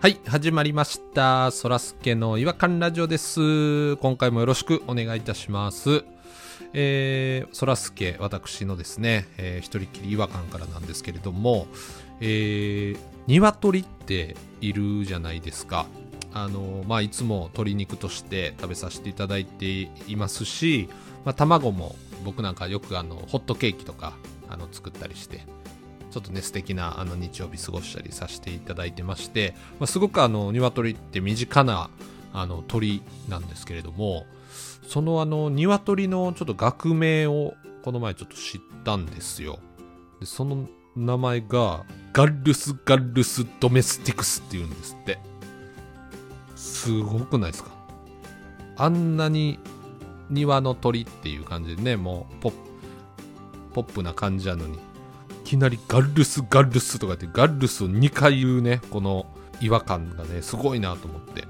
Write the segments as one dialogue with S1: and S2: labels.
S1: はい、始まりました。そらすけの違和感ラジオです。今回もよろしくお願いいたします。えー、そらすけ、私のですね、えー一人きり違和感からなんですけれども、えー、鶏っているじゃないですか。あの、まあ、いつも鶏肉として食べさせていただいていますし、まあ、卵も僕なんかよくあの、ホットケーキとか、あの、作ったりして、ちょっとね、素敵なあの日曜日過ごしたりさせていただいてまして、まあ、すごくあの、鶏って身近なあの鳥なんですけれども、そのあの、鶏のちょっと学名をこの前ちょっと知ったんですよ。で、その名前が、ガルス・ガルス・ドメスティクスって言うんですって。すごくないですかあんなに庭の鳥っていう感じでね、もうポップ、ポップな感じなのに、いきなりガルスガルスとか言ってガルスを2回言うねこの違和感がねすごいなと思って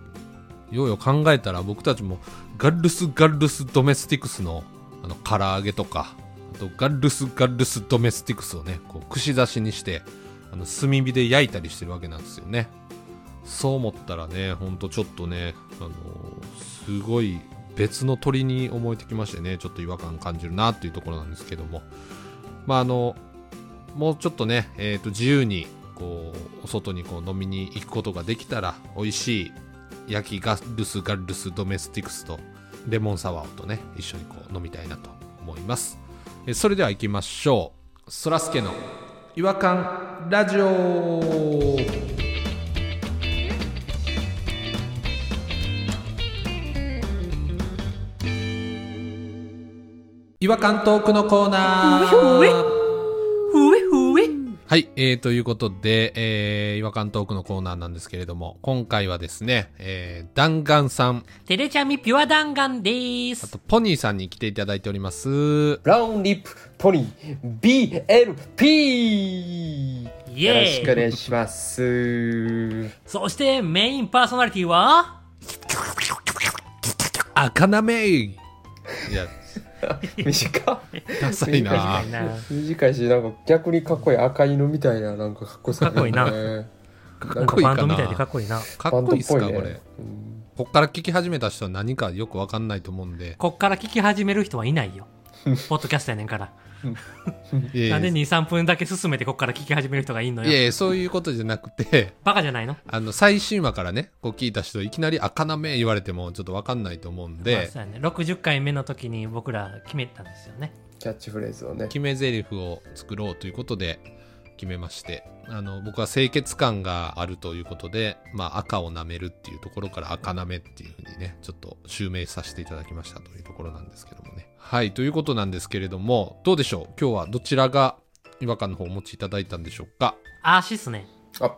S1: ようよう考えたら僕たちもガルスガルスドメスティクスのあの唐揚げとかあとガルスガルスドメスティクスをねこう串刺しにしてあの炭火で焼いたりしてるわけなんですよねそう思ったらねほんとちょっとねあのすごい別の鳥に思えてきましてねちょっと違和感感じるなっていうところなんですけどもまああのもうちょっとね、えーと自由にこうお外にこう飲みに行くことができたら美味しい焼きガルスガルスドメスティクスとレモンサワーとね一緒にこう飲みたいなと思いますえそれでは行きましょうそらすけの違和感ラジオ違和感トークのコーナ
S2: うえうえ
S1: ー
S2: ふえふえ。
S1: はい、えー、ということで、えー、違和感トークのコーナーなんですけれども、今回はですね、えー、弾丸さん、
S2: てれちゃみピュア弾丸でー
S1: あ
S2: す。
S1: とポニーさんに来ていただいております。
S3: ブラウンリップポニー BLP! よ
S2: イエ
S3: ろしく
S2: ー
S3: お
S2: イ。
S3: 願いします。
S2: そしてメインパーソナリティは、
S1: 赤なめいや、
S3: 短っ
S1: ダサ いな
S3: 短い短いし、なんか逆にかっこいい赤犬みたいな、なんかかっこよさ
S2: かっこ
S3: ね。
S1: かっこいい
S2: バ
S1: か
S2: ンドみたいでか
S1: な
S2: っこいいな。
S1: か
S3: バ
S1: っ
S3: ン
S1: こ
S3: ド
S1: いいっす
S3: ぽ
S1: か、これ
S3: ね。。うん
S1: こっから聞き始めた人は何かよくわかんないと思うんで。
S2: こっから聞き始める人はいないよ。ポッドキャストやねんから。
S1: いやい
S2: な
S1: や
S2: んで2、3分だけ進めてこっから聞き始める人がいんの
S1: いや
S2: よ。
S1: いやそういうことじゃなくて、
S2: バカじゃないの
S1: あの、最新話からね、こう聞いた人、いきなり赤なめ言われてもちょっとわかんないと思うん
S2: まあ
S1: で
S2: そ、うやね、60回目の時に僕ら決めたんですよね。
S3: キャッチフレーズをね。
S1: 決め台詞を作ろうということで決めましてあの僕は清潔感があるということで、まあ、赤を舐めるっていうところから赤舐めっていうふうにねちょっと襲名させていただきましたというところなんですけどもねはいということなんですけれどもどうでしょう今日はどちらが違和感の方をお持ちいただいたんでしょうか
S2: あーしっすね。
S3: あ、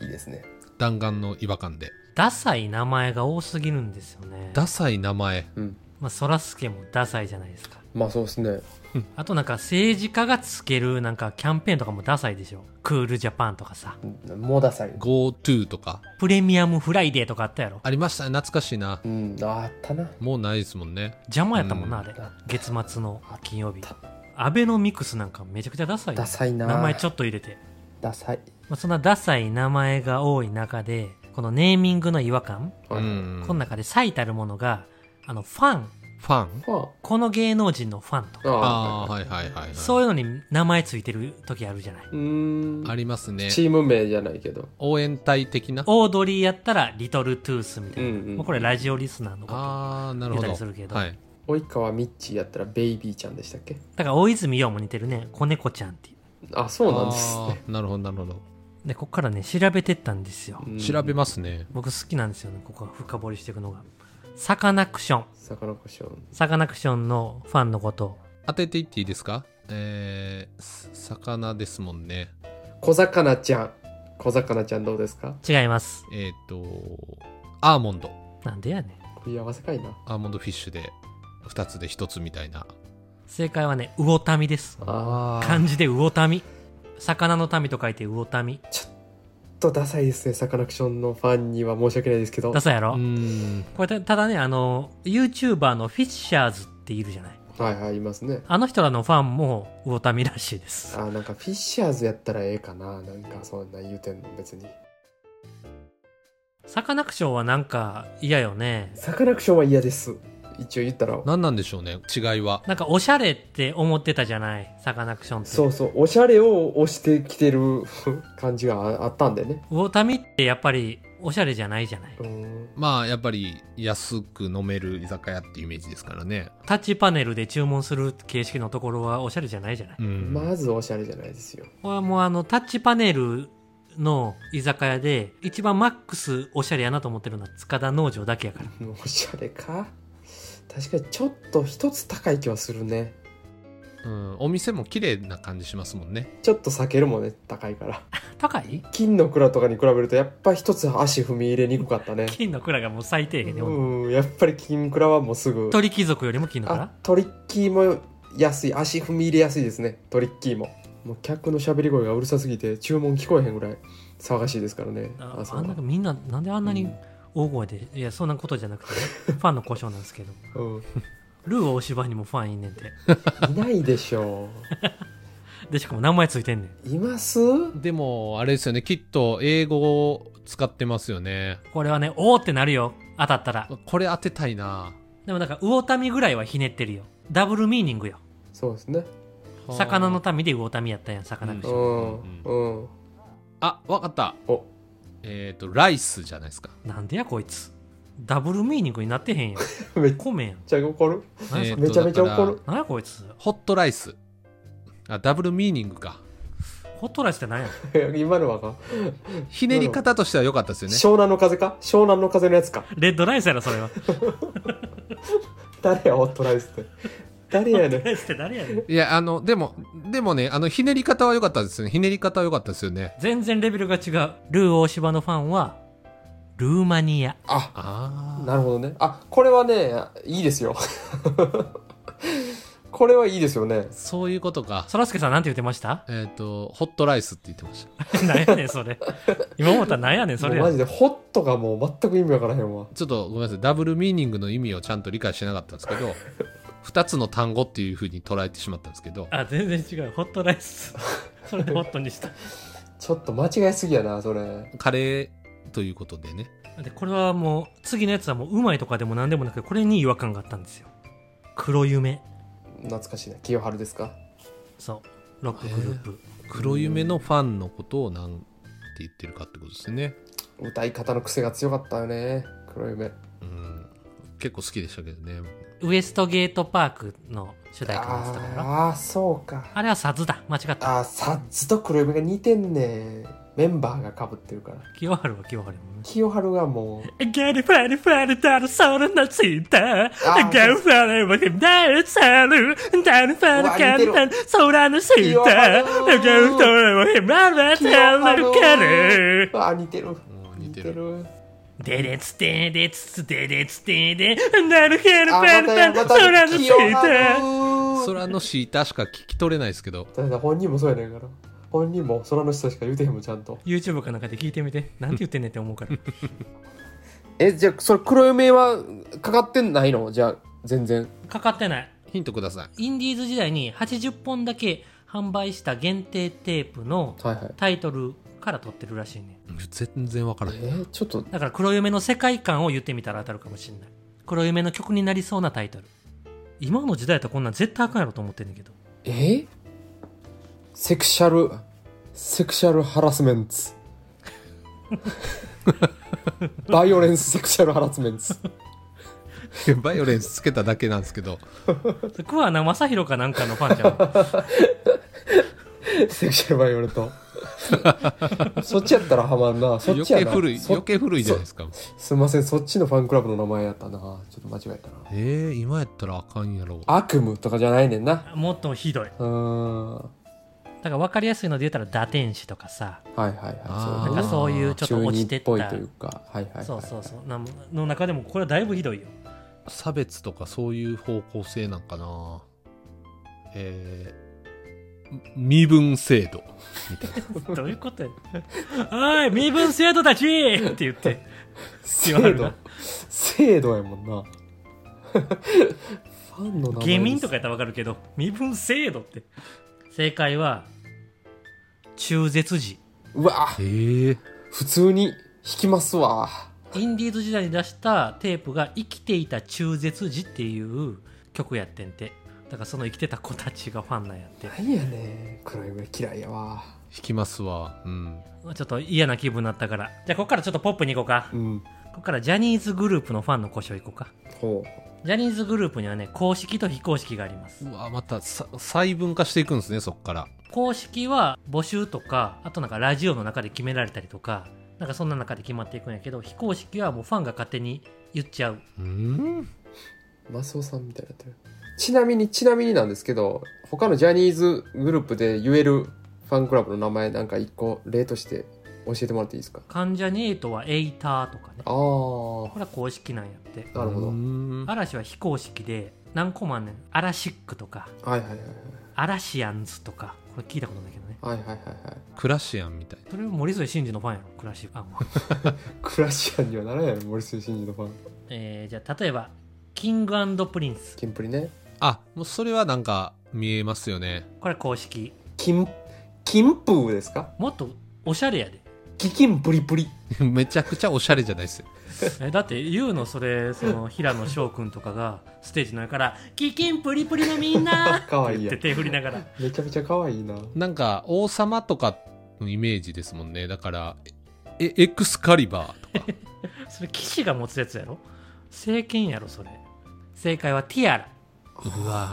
S3: いいですね。
S1: 弾丸の違和感で
S2: ダサい名前が多すぎるんですよね。
S1: ダサい名前
S3: うん。
S2: まあ、そらすけもダサいじゃないですか。
S3: まあそうですね。
S2: あとなんか政治家がつけるなんかキャンペーンとかもダサいでしょ。クールジャパンとかさ。
S3: うんもうダサい。
S1: GoTo とか
S2: プレミアムフライデーとかあったやろ。
S1: ありましたね懐かしいな
S3: うん、ああったな。
S1: もうないですもんね
S2: 邪魔やったもんな、
S1: う
S2: あれ。月末の金曜日。アベノミクスなんかめちゃくちゃダサいよ。
S3: ダサいな。
S2: 名前ちょっと入れて。
S3: ダサい。
S2: まあ、そんなダサい名前が多い中で、このネーミングの違和感、
S1: う
S3: うん。
S1: ん
S2: この中で最たるものが、あの、ファン。
S1: ファン
S3: ま
S2: この芸能人のファンとか。
S3: あ、あ
S1: ああーはいはいはい、はい、
S2: そういうのに名前ついてる時あるじゃない。
S3: ーうーん。
S1: ありますね
S3: チーム名じゃないけど。
S1: 応援隊的な
S2: オードリーやったら、リトルトゥースみたいな。
S3: うんうん
S2: まあこれラジオリスナーのこと。
S1: ああなるほ
S2: 言
S1: ど
S2: ったりするけど
S1: はい、
S3: 及川みっちーやったらベイビーちゃんでしたっけ
S2: だから大泉洋も似てるね。子猫ちゃんっていう。
S3: あ、そうなんです
S1: あ
S3: ね。
S1: ーなるほどなるほど、
S2: で、こっからね、調べてったんですよ。
S3: うん
S1: 調べますね
S2: 僕好きなんですよね。ここは深掘りしていくのが。サカナクション。
S3: サカナクション。
S2: サカナクションのファンのこと。
S1: 当てていっていいですかえー、す魚ですもんね
S3: 小魚ちゃん。小魚ちゃんどうですか
S2: 違います。
S1: えっ、とアーモンド
S2: なんでやねん。
S3: 食い合わせかいな。
S1: アーモンドフィッシュで2つで1つみたいな
S2: 正解はね、魚民です。
S3: あー。ちょっ
S2: 漢字で魚民。魚の民と書いて魚民。
S3: とダサいですね。サカナクションのファンには申し訳ないですけど
S2: ダ。サいや
S1: う
S2: ろ、
S1: ーん
S2: これたただね、あの、YouTuber のフィッシャーズっているじゃない。
S3: はいはい、いますね。
S2: あの人らのファンも魚民らしいです。
S3: あーなんかフィッシャーズやったらええかな。なんかそんな言うてんの、別に。
S2: サカナクションはなんか嫌よね。
S3: サカナクションは嫌です。一応言ったら。
S1: 何なんでしょうね違いは
S2: なんかおしゃれって思ってたじゃないサカナクションって。
S3: そうそう、おしゃれを押してきてる 感じがあったんでね。
S2: ウォタミってやっぱりおしゃれじゃないじゃない。
S3: うん
S1: まあやっぱり安く飲める居酒屋っていうイメージですからね
S2: タッチパネルで注文する形式のところはおしゃれじゃないじゃない。
S1: うん、
S3: まずおしゃれじゃないですよ。
S2: これはもうあのタッチパネルの居酒屋で一番マックスおしゃれやなと思ってるのは塚田農場だけやから。
S3: おしゃれか確かにちょっと一つ高い気はするね。
S1: うん、お店も綺麗な感じしますもんね
S3: ちょっと避けるもんね、高いから。
S2: 高い
S3: 金の蔵とかに比べるとやっぱ一つ足踏み入れにくかったね。
S2: 金の蔵がもう最低限で、
S3: うん、やっぱり金蔵はもうすぐ。
S2: 鳥貴族よりも金の
S3: あ
S2: 蔵
S3: トリッキーも安い足踏み入れやすいですねトリッキーももう客の喋り声がうるさすぎて注文聞こえへんぐらい騒がしいですからね
S2: あ
S3: 朝
S2: あ
S3: は
S2: んなみんななんであんな
S3: う
S2: に
S3: ん
S2: 大声で、いやそんなことじゃなくてねファンの故障なんですけど
S3: うん、
S2: ルー大芝にもファンいんねんて
S3: いないでしょ
S2: でしかも名前ついてんねん
S3: ういます
S1: でもあれですよねきっと英語を使ってますよね
S2: これはねおーってなるよ当たったら
S1: これ当てたいな
S2: でもなんか魚民ぐらいはひねってるよダブルミーニングよ
S3: そうですね
S2: 魚の民で魚民やったやん魚
S1: で
S2: 口
S1: し
S3: う
S1: ょ
S3: んうん、
S1: あわかった
S3: お
S1: えっ、とライスじゃないですか
S2: なんでやこいつダブルミーニングになってへ んよ
S3: めっ
S2: 米やん
S3: ちゃ怒る
S2: 何
S1: え
S2: や
S1: ーと
S2: それ
S3: めちゃめちゃ
S1: だから
S3: 怒る
S2: 何やこいつ
S1: ホットライスあダブルミーニングか
S2: ホットライスって何や
S3: 今のはか、
S1: ひねり方としては良かったですよね
S3: 湘南の風か湘南の風のやつか
S2: レッドライスやろそれはホ
S3: 誰やホットライスって誰やね
S2: ットライスって誰やねん
S1: いやあのでもでもねあのひねり方は良かったですよねひねり方は良かったですよね
S2: 全然レベルが違うルー大芝のファンはルーマニア
S3: あ
S1: ああ
S3: なるほどねあこれはねいいですよ これはいいですよね
S1: そういうことか
S2: そらすけさんなんて言ってました
S1: えっ、とホットライスって言ってました
S2: 何やねんそ れ今思ったら何やねんそれ
S3: もうマ
S2: や
S3: ジでホットがもう全く意味わからへんわ
S1: ちょっとごめんなさい、ダブルミーニングの意味をちゃんと理解してなかったんですけ ど、2つの単語っていうふうに捉えてしまったんですけど、
S2: あ全然違うホットライスそれでホットにした
S3: ちょっと間違いすぎやなそれ
S1: カレーということでね、
S2: でこれはもう次のやつはもううまいとかでも何でもなくこれに違和感があったんですよ黒夢
S3: 懐かしいな清春ですか
S2: そうロックグループ、
S1: 黒夢のファンのことをなんて言ってるかってことですね。
S3: 歌い方の癖が強かったよね黒夢
S1: うん、結構好きでしたけどね。
S2: ウエストゲートパークの主題歌のやつとかやろあ
S3: ああーそうか
S2: れはサズだ間違った
S3: あーサッズと黒夢が似てんねメンバーがかぶってるから
S2: 清春は清春やもんね
S3: 清春がも う
S2: ガリファリファリダルソルナツインタ
S3: あ
S2: ガリファリファリダルソルダルファリカルタンソラナツインタ
S3: う
S2: ガリ
S3: わ
S2: フ
S3: 似
S2: ァリ
S3: て
S2: ファ
S3: る
S2: リダルソルカル
S3: あー似てる
S1: うん似てる
S2: デレツデレツデレツデレダルファリフ
S3: あ
S2: ァ
S3: ー
S2: リダ
S3: ま
S2: ル
S3: たま
S2: ソラ
S3: た
S2: ナツイン
S3: 清
S2: タ
S3: 春
S1: 空のシータしか聞き取れないですけど、
S3: だから本人もそうやねんから本人も空の下しか言うてへんもんちゃんと
S2: YouTube かなんかで聞いてみてなんて言ってんねんって思う から
S3: えじゃあそれ黒夢はかかってないのじゃあ全然
S2: かかってない
S1: ヒントくださ
S2: インディーズ時代に80本だけ販売した限定テープの
S3: はいはい
S2: タイトルから撮ってるらしいね
S1: い。全然わからない。
S3: えーちょっと
S2: だから黒夢の世界観を言ってみたら当たるかもしれない黒夢の曲になりそうなタイトル今の時代やったらこんなん絶対あかんやろと思ってんねんけど
S3: えーセクシャルセクシャルハラスメンツバイオレンスセクシャルハラスメンツ
S1: バイオレンスつけただけなんですけど、
S2: 桑名正宏かなんかのファンじゃん
S3: セクシャルバイオレントそっちやったらハマんなそっ
S1: 余
S3: ちや
S1: 計
S3: な
S1: 古い、
S3: そ
S1: 余計古いじゃないですか。
S3: すいませんそっちのファンクラブの名前やったなちょっと間違えたな
S1: えー、今やったらあかんやろ。
S3: 悪夢とかじゃないねんな
S2: もっとひどいう
S3: ーんは
S2: だから分かりやすいので言ったら打天使とかさ
S3: いはいはい
S1: あー
S2: なん
S3: ね
S2: かそういうちょっと
S3: 中
S2: 落
S3: 二
S2: ちて
S3: っ
S2: った
S3: ぽいというかはいはいはい
S2: そうそうそうなんの中でもこれはだいぶひど いよ
S1: 差別とかそういう方向性なんかなえー、身分制 度みたいな
S2: どういうことやおい身分制度たちって言って
S3: 制度制度やもんな ファンの名前
S2: 下民とかやったらわかるけど身分制度って正解は中絶時
S3: うわ
S1: ええ
S3: 普通に弾きますわ
S2: インディーズ時代に出したテープが「生きていた中絶児」っていう曲やってんてだからその生きてた子たちがファンなんやって
S3: なんやねん黒い上嫌いやわ
S1: 弾きますわ。うん。
S2: ちょっと嫌な気分になったからじゃあここからちょっとポップに行こうか
S3: うん
S2: ここからジャニーズグループのファンの故障行こうか
S3: ほ
S2: ジャニーズグループにはね公式と非公式があります
S1: うわ、またさ細分化していくんですね、そっから。
S2: 公式は募集とかあとなんかラジオの中で決められたりとかなんかそんな中で決まっていくんやけど非公式はもうファンが勝手に言っちゃう
S1: うん。
S3: うマスオさんみたいになってるちなみにちなみになんですけど他のジャニーズグループで言えるファンクラブの名前なんか一個例として教えてもらっていいですか
S2: 関ジャニエイトはエイターとかね
S3: ああ
S2: これは公式なんやって
S3: なるほど
S1: うん
S2: 嵐は非公式で何個もあんねんアラシックとか
S3: はいはいはい
S2: アラシアンズとかこれ聞いたことないけどね
S3: はいはいはいはいはい
S1: クラシアンみたいな。
S2: それ森添慎二のファンやろクラシックあもう
S3: クラシアンにはならないよ森末慎二のファン
S2: えー、じゃあ例えばキングプリンス
S3: キンプリね
S1: あ、もうそれはなんか見えますよね。
S2: これ公式
S3: キンキンプーですか
S2: もっとおしゃれやで
S3: キキンプリプリ
S1: めちゃくちゃおしゃれじゃないですよ。
S2: えだって言うのそれそ の平野翔くんとかがステージの上から「キキンプリプリのみんな!」
S3: かわいい
S2: っ
S3: や
S2: て
S3: ん
S2: 手振りながら
S3: めちゃめちゃ可愛いな
S1: なんか王様とかのイメージですもんね。だから、え、エクスカリバーとか。
S2: それ騎士が持つやつやろ政権やろそれ正解はティアラ
S1: うわ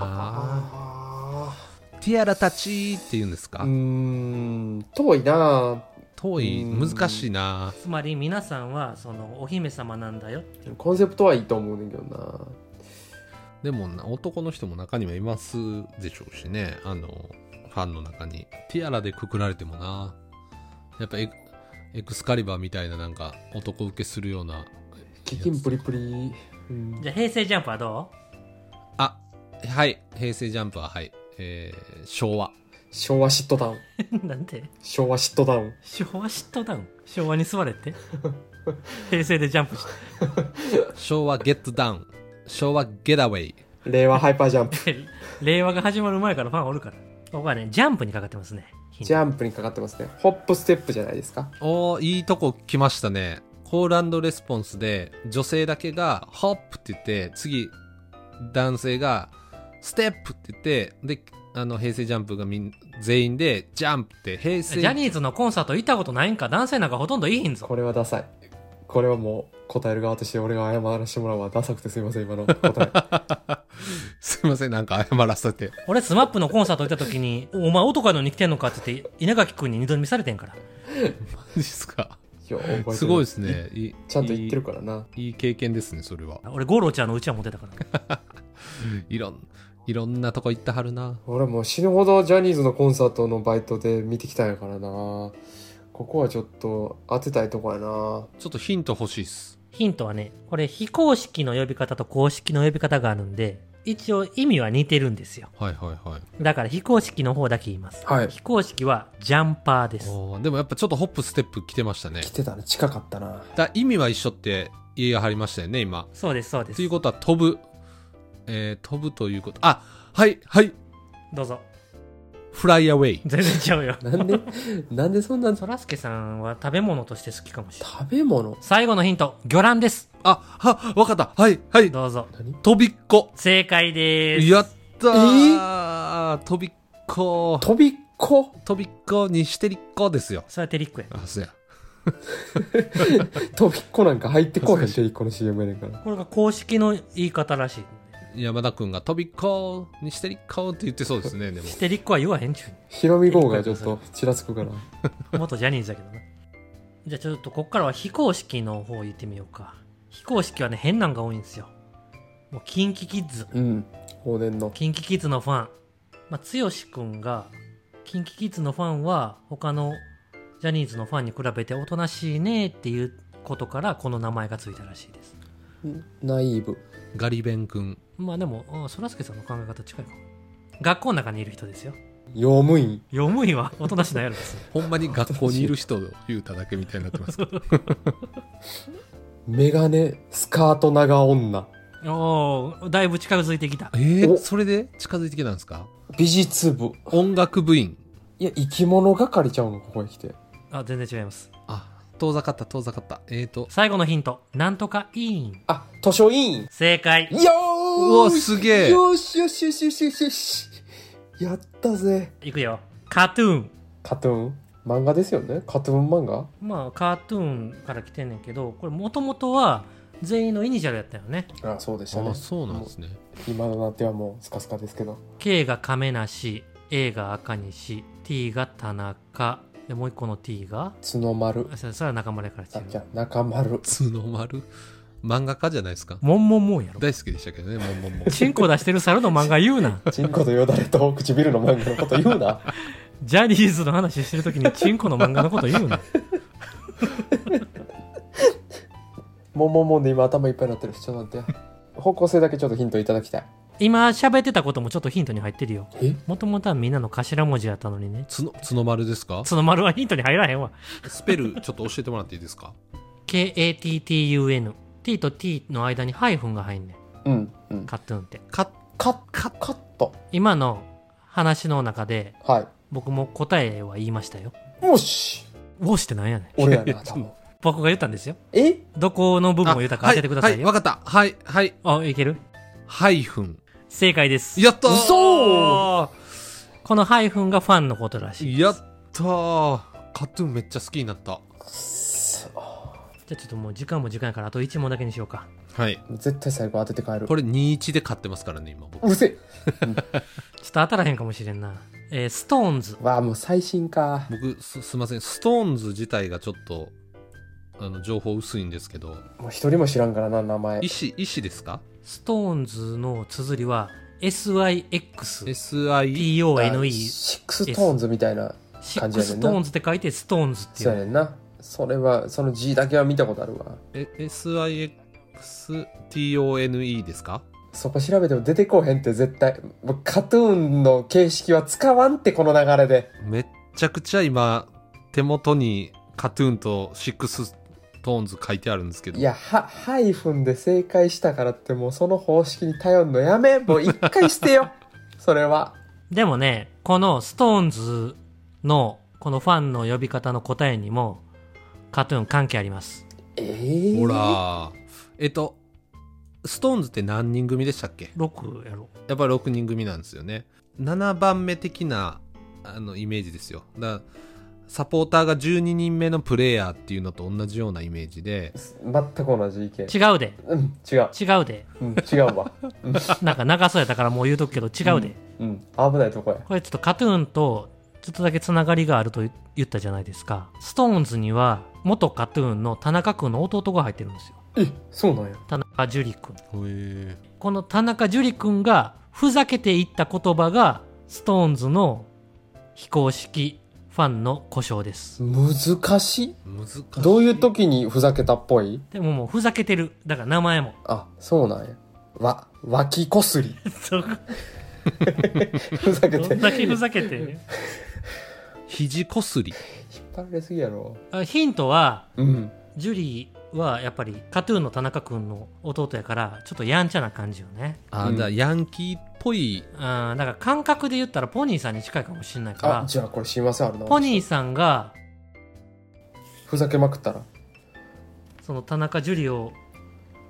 S3: あ
S1: ーティアラたちって言うんですか、
S3: うーん遠いな
S1: 遠い、
S3: うん
S1: 難しいな。
S2: つまり皆さんはそのお姫様なんだよ
S3: コンセプトはいいと思うねんけどな
S1: でもな男の人も中にはいますでしょうしね。あの、ファンの中に。ティアラでくくられてもな。やっぱエクエクスカリバーみたいななんか男受けするような。
S3: キキンプリプリうん
S2: じゃあ平成ジャンプはど
S1: あ、はい。平成ジャンプははい。えー、昭和。
S3: 昭和嫉妬ダウン
S2: う なんて
S3: 昭和嫉妬ダウン
S2: 昭和嫉妬ダウン昭和に座れって 平成でジャンプし
S1: 昭和ゲットダウン。昭和ゲダウェイ。
S3: 令和ハイパージャンプ
S2: て令和が始まる前からファンおるから僕はねジャンプにかかってますねヒント
S3: ジャンプにかかってますねホップステップじゃないですか
S1: おー、いいとこ来ましたね。コールレスポンスで、女性だけが、ホップって言って、次、男性が、ステップって言って、で、あの、平成ジャンプがみん、全員で、ジャンプって、平成。
S2: ジャニーズのコンサート行ったことないんか男性なんかほとんどいいんぞ
S3: これはダサいこれはもう答える側として俺が謝らせてもらうわダサくてすいません今の 答え
S1: すいません、なんか謝らせて。
S2: 俺スマップのコンサート行った時に「お前男やのに来てんのか」って言って稲垣君に二度見されてんから
S1: マジっすか。
S3: よう覚えてる
S1: すごいですね。いい
S3: ちゃんと言ってるからない
S1: いいい経験ですね、それは。
S2: 俺五郎ちゃんのうちは持ってたから
S1: いろん、いろんなとこ行ってはるな。
S3: 俺もう死ぬほどジャニーズのコンサートのバイトで見てきたんやからなここはちょっと当てたいとこやな
S1: ちょっとヒント欲しいっす。
S2: ヒントはねこれ非公式の呼び方と公式の呼び方があるんで一応意味は似てるんですよ
S1: はいはいはい。
S2: だから非公式の方だけ言います、
S3: はい
S2: 非公式はジャンパーです
S1: おーでもやっぱちょっとホップステップ来てましたね。
S3: 来てたね近かったな
S1: だ意味は一緒って言い張りましたよね、今。
S2: そうですそうで
S1: と
S2: す
S1: いうことは飛ぶ、えー飛ぶということあはいはい
S2: どうぞ
S1: フライアウェイ
S2: 全然違うよ
S3: なんで なんでそんな食
S2: そらすけさんは食べ物として好きかもしれない
S3: べ物
S2: 最後のヒント魚卵です
S1: あはわかったはいはい
S2: どうぞ
S3: 何
S1: 飛びっこ
S2: 正解です
S1: やったー、飛びっこ
S3: 飛びっこ
S1: 飛びっこにしてりっこですよ
S2: それはテリックや
S1: あそうや
S3: 飛びっこなんか入ってこへんしこの CM やねんから
S2: これが公式の言い方らしい
S1: 山田君が飛びっこにしてりっこって言ってそうですねでも
S2: してりっこは言わへんちゅう
S3: ヒロミ号がちょっとちらつくから
S2: に元ジャニーズだけどなじゃあちょっとこっからは非公式の方言ってみようか非公式はね変なんが多いんですよもうキンキキッズ
S3: うん往年の
S2: キンキキッズのファン、まあ、剛くんがキンキキッズのファンは他のジャニーズのファンに比べておとなしいねっていうことからこの名前がついたらしいです
S3: ナイーブ
S1: ガリベン君
S2: まあでもうんそらすけさんの考え方近いかも学校の中にいる人ですよ
S3: 用務員
S2: 読むいはおとなしなやろですね
S1: ほんまに学校にいる人を言うただけみたいになってますけど
S3: メガネスカート長女
S2: おおだいぶ近づいてきた
S1: えー、
S3: お
S1: それで近づいてきたんですか
S3: 美術部
S1: 音楽部員
S3: いや生き物係ちゃうのここへ来て
S2: あ全然違います
S1: あ遠ざかった、遠ざかった。えーと、
S2: 最後のヒント。なんとか委員。
S3: あ、図書委員。
S2: 正解。
S3: よー
S1: うわすげえ
S3: よしよしよしよしよしよし。やったぜ。
S2: いくよ。カトゥーン。
S3: カトゥーン漫画ですよねカトゥーン漫画
S2: まあ、カートゥーンから来てんねんけど、これもともとは全員のイニシャルやったよね。
S3: あそうでしたね
S1: あ、そうなんですね。
S3: 今のなってはもうスカスカですけど
S2: K が亀梨、A が赤西、T が田中、でもう一個の T が、
S3: 角丸
S2: あそれそれは中村やから
S3: あ
S2: 違
S3: じゃ
S2: う。
S3: あ中丸
S1: 角丸。漫画家じゃないですか。
S2: もんもんもんやろ。
S1: 大好きでしたけどね、もんもんもん。
S2: チンコ出してる猿の漫画言うな。
S3: チンコとよだれと唇の漫画のこと言うな
S2: ジャニーズの話してるときにチンコの漫画のこと言うな。
S3: もうもうもうで今頭いっぱいになってるちょっと待って方向性だけちょっとヒントいただきたい
S2: 今喋ってたこともちょっとヒントに入ってるよ。
S3: え
S2: もともとはみんなの頭文字やったのにね。
S1: 角、角丸ですか
S2: その丸はヒントに入らへんわ。
S1: スペル、ちょっと教えてもらっていいですか
S2: K-A-T-T-U-N。T と T の間にハイフンが入んね
S3: うんうん
S2: ん。カットゥーンって。
S1: か、
S3: カカカット
S2: 今の話の中で
S3: は
S2: 僕も答えは言いましたよ。
S3: いよし
S2: ウォーしてなんやねん。
S3: 俺や
S1: いや
S3: な
S1: や
S3: い 多分
S2: 僕が言ったんですよ。
S3: え
S2: どこの部分を言ったか当ててください
S1: あ
S2: よ。
S1: はい、はいわかった。はい、はい、
S2: あ、いける
S1: ハイフン。
S2: 正解です。
S1: やったー
S3: 嘘
S2: このハイフンがファンのことらしい。
S1: やったーカトゥーンめっちゃ好きになった。
S2: じゃあちょっともう時間も時間やからあと1問だけにしようか。
S1: はい。
S3: 絶対最後当てて帰る
S1: これ2-1で勝ってますからね、今僕
S3: う。るせえ
S2: ちょっと当たらへんかもしれんな。えー、ストーンズ。
S3: わあもう最新か
S1: 僕すすいませんストーンズ自体がちょっとあの情報薄いんですけど
S3: もう一人も知らんからな名前
S1: 医師医師ですか
S2: ストーンズの綴りは SYX。
S1: SI
S2: P-O-N-E。
S3: シックストーンズみたいな
S2: シッ
S3: 感
S2: ク
S3: じやね
S2: ス
S3: ん
S2: ト
S3: な
S2: ーンズって書いてストーンズってい
S3: そう
S2: う。
S3: やねんなそれはその字だけは見たことあるわ
S1: え SIXTONE ですか
S3: そこ調べても出てこうへんって絶対もうカトゥーンの形式は使わんってこの流れで
S1: めっちゃくちゃ今手元にカトゥーンとシックストーンズ書いてあるんですけど
S3: いやはハイフンで正解したからってもうその方式に頼んのやめもう一回してよ それは
S2: でもね、このストーンズのこのファンの呼び方の答えにもカトゥーン関係あります。
S3: ええ
S1: ほらえっとストーンズって何人組でしたっけ
S2: 6やろ。
S1: やっぱり6人組なんですよね7番目的なあのイメージですよだからサポーターが12人目のプレイヤーっていうのと同じようなイメージで
S3: 全く同じ意見
S2: 違うで。
S3: うん違う、
S2: 違うで。
S3: うん、違うわ
S2: なんか長そうやったからもう言うとくけど違うで。
S3: うん危ないとこや
S2: これちょっとカトゥーンとちょっとだけつながりがあると言ったじゃないですか。ストーンズには元カトゥーンの田中君の弟が入ってるんですよ。
S3: えそうなんや
S2: 田中樹君。
S1: へ
S2: この田中樹君がふざけていった言葉がストーンズの非公式ファンの故障です。
S3: 難しい
S1: 難しい
S3: どういう時にふざけたっぽい
S2: でももうふざけてる。だから名前も。
S3: あそうなんやわ脇こすり ふざけ
S2: ど
S3: て
S2: んだけふざけて。
S1: 肘こすり
S3: 引っ張られすぎやろ
S2: あヒントは、
S3: うん
S2: ジュリーはやっぱりカトゥーンの田中君の弟やから、ちょっとやんちゃな感じよね。
S1: あ、
S3: うん
S1: だからヤンキーっぽい
S2: うん、だから感覚で言ったらポニーさんに近いかもしれないか
S3: あ
S2: ら、
S3: じゃあこれ親和性あるな
S2: ポニーさんが
S3: ふざけまくったら
S2: その田中樹を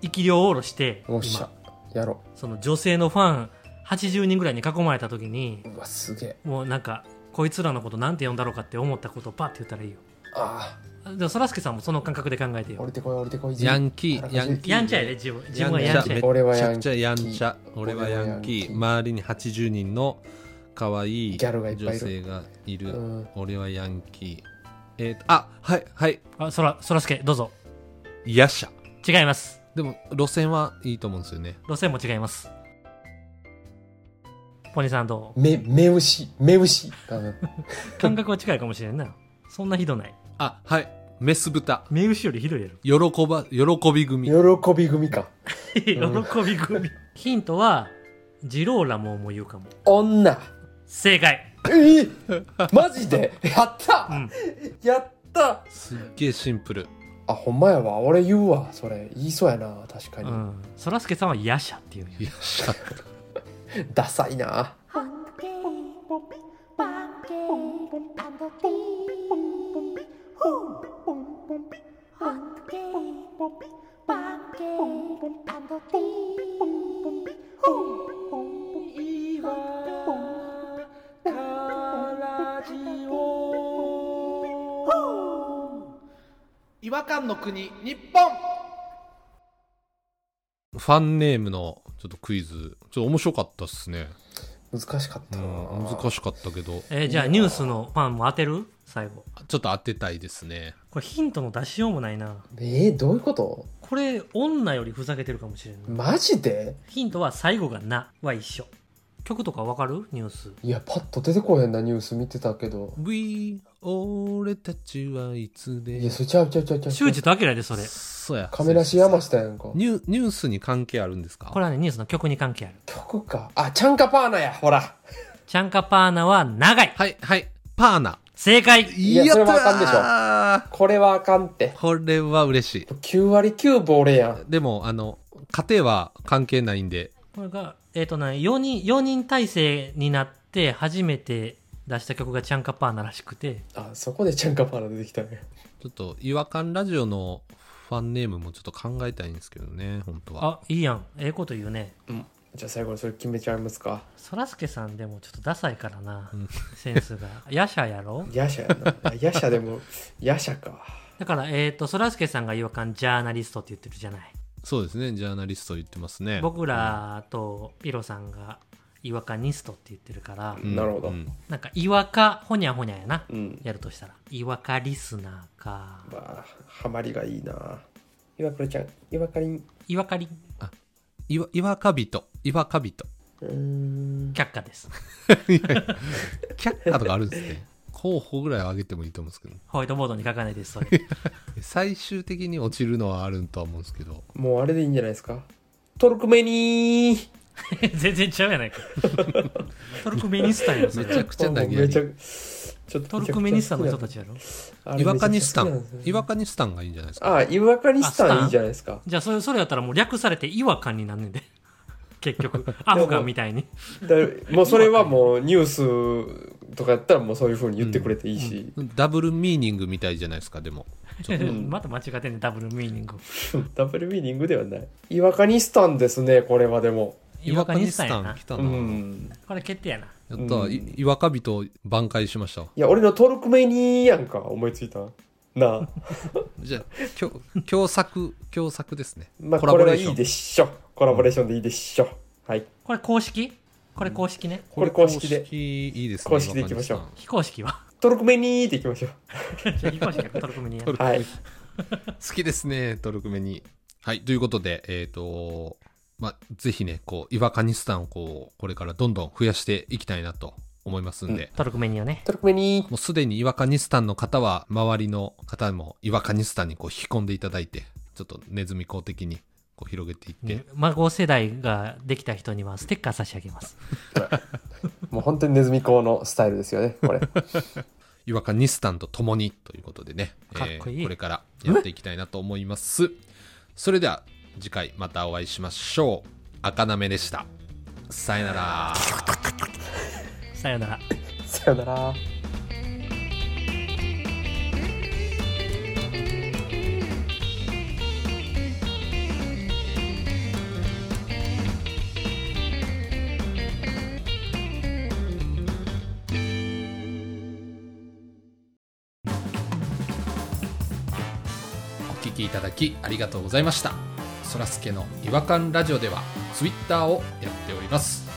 S2: 生き量おろして、
S3: おっしゃやろ
S2: その女性のファン80人ぐらいに囲まれた時に
S3: ううわすげえ
S2: もうなんかこいつらのことなんて呼んだろうかって思ったことをパッて言ったらいいよ
S3: あ
S2: あでもそらすけさんもその感覚で考えて
S3: あ降
S2: よ
S3: りてこい降りてこい
S1: ヤンキーヤンキー
S2: やんちゃやで自分自分はやんちゃ
S1: め
S2: や
S1: っ
S3: 俺はヤ
S1: ちゃく
S3: ンキー
S1: ちゃやんちゃ俺はヤンキー
S3: 俺はヤンキー
S1: 周りに80人の可愛い
S3: ギャルがいっぱい
S1: 女
S3: いる
S1: 性がいる、
S3: うん
S1: 俺はヤンキーえっ、とあはいはい
S2: あそらそらすけどうぞ
S1: ヤシャ
S2: 違います
S1: でも路線はいいと思うんですよね
S2: 路線も違いますポニーさんど
S3: め目牛目牛うん
S2: う感覚は近いかもしれんなそんなひどない
S1: あはいメス豚
S2: 目牛よりひどいやろ
S1: 喜ば喜び組
S3: 喜び組か
S2: 喜び組ヒントはジローラモも言うかも
S3: 女
S2: 正解
S3: えー、マジでやった、
S2: うん
S3: やった
S1: すっげえシンプル
S3: あほんまやわ俺言うわそれ言いそうやな確か
S2: う
S3: に、
S2: んそらすけさんはヤシャっていうよ
S1: ヤシャ
S3: ダサいな
S4: Hunky, and the Dee. いわからじお違和感の国日本
S1: ファンネームのちょっとクイズ、ちょっと面白かったっすね。
S3: 難しかっ
S1: う
S3: たな、
S1: ん、難しかったけど、
S2: えーじゃあニュースのファンも当てる最後
S1: ちょっと当てたいですね。
S2: これヒントの出しようもないな
S3: えー、どういうこと
S2: これ女よりふざけてるかもしれない
S3: マジで
S2: ヒントは最後が「な」は一緒曲とかわかるニュース
S3: いやパッと出てこへんなニュース見てたけど
S1: We 俺たちはいつ
S3: いや
S1: で
S3: それちゃうちゃうちゃうちゃう
S2: 修二とアキラでそれ
S1: そうや。
S3: 亀梨山下やんか
S1: ニュニュースに関係あるんですか
S2: これはねニュースの曲に関係ある
S3: 曲かあチャンカパーナやほら
S2: チャンカパーナは長い
S1: はい、はい。パーナ。
S2: 正解
S1: い
S3: やそれはあこれはあかんって
S1: これは嬉しい。
S3: 9割9分俺やん
S1: でも、あの、家庭は関係ないんで、
S2: これがえっ、とね4人4人体制になって初めて出した曲がチャンカパーナらしくて
S3: あそこでチャンカパーナ出てきたね
S1: ちょっと、違和感ラジオのファンネームもちょっと考えたいんですけどね、本当は。
S2: あいいやんええこと言うね
S3: じゃあ最後にそれ決めちゃいますか
S2: そらすけさんでもちょっとダサいからな、セン スがヤシャやろ
S3: ヤシャやなあヤシャでも ヤシャか
S2: だからえっ、とそらすけさんが違和感ジャーナリストって言ってるじゃない
S1: そうですね、ジャーナリスト言ってますね。
S2: 僕らとピロさんが違和感ニストって言ってるから、
S1: うん、
S3: なるほど
S1: うん
S2: なんか違和感ほにゃほにゃやな、
S3: うん
S2: やるとしたら違和感リスナーか
S3: まあハマりがいいな岩倉ちゃん岩倉に
S2: 違和感り
S1: いわ、いわかびと、いわかびと。
S3: うーん
S2: 却下です
S1: 却下とかあるんです ね。候補ぐらいは上げてもいいと思うんですけど、
S2: ホワイトボードに書かないですそ れ
S1: 最終的に落ちるのはあるとは思うんですけど、
S3: もうあれでいいんじゃないですかトルクメニー
S2: 全然ちゃうやないかトルクメニスタンやろそ
S1: め
S2: れ
S1: ちゃくちゃ投げや
S3: めちゃ
S1: り。
S3: くちょっと
S2: トルクメニスタンの人た
S3: ち
S2: ちやろ
S1: イワカニスタン、イ
S3: 岩
S1: ワカニスタンがいいんじゃないですか。
S3: あイワカニス
S2: あスタ
S3: タ
S2: ン
S3: ンいいじゃないですか
S2: じゃあそれそれやったらもう略されて違和感になんねんで 結局アフガンみたいに
S3: だもうそれはもうニュースとかやったらもうそういうふうに言ってくれていいし、
S1: ダブルミーニングみたいじゃないですか、でも。ちょっと
S2: また間違ってんねダブルミーニング
S3: ダブルミーニングではないイワカニスタンですねこれはでも
S2: 違和感ニスタンや
S1: イワカ
S2: な
S1: ニ来たな。
S3: うん
S2: これ決定やな
S1: やった、いいわかびと挽回しましたわ。
S3: いや俺のトルクメニーやんか思いついた なあ
S1: じゃあ、 きょ共作、共作ですね。
S3: まあ
S1: コラ
S3: こ
S1: ボ
S3: れ
S1: レ
S3: は
S1: ーシ
S3: い
S1: ョ
S3: い
S1: ン。
S3: でしょコラボレーションでいいでしょはい
S2: これ公式これ公式ね、
S3: これ公式で
S1: 公式いいですね。
S3: 公式でいきましょう
S1: 岩上
S2: 非公式は
S3: トルクメニーっていきましょ
S2: じゃあ非公式はトルコメニア
S1: トル
S3: うはい
S1: 好きですね、トルクメに。はい、ということで、えっ、と、まあ、ぜひね、こう、イワカニスタンをこう、これからどんどん増やしていきたいなと思いますんで、
S2: トルコメニアね
S3: トルクメニ
S1: もうすでにイワカニスタンの方は、周りの方もイワカニスタンにこう、引き込んでいただいて、ちょっとネズミ公的に、こう、広げていって、
S2: 孫世代ができた人にはステッカー差し上げます
S3: ーもう本当にネズミ講のスタイルですよねこ れ
S1: イワカニスタンと共にということでね、
S2: かっこいい
S1: これからやっていきたいなと思います。それでは、次回またお会いしましょう。赤なめでした。さよなら。
S2: さよなら
S3: さよなら
S1: お聞きいただきありがとうございましたそらすけの違和感ラジオではツイッターをやっております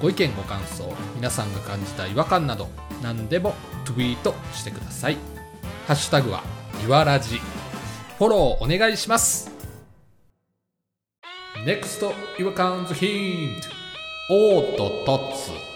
S1: ご意見ご感想皆さんが感じた違和感など何でもツイートしてくださいハッシュタグはいわらじフォローお願いします NEXT 違和感ズヒントおーっととつ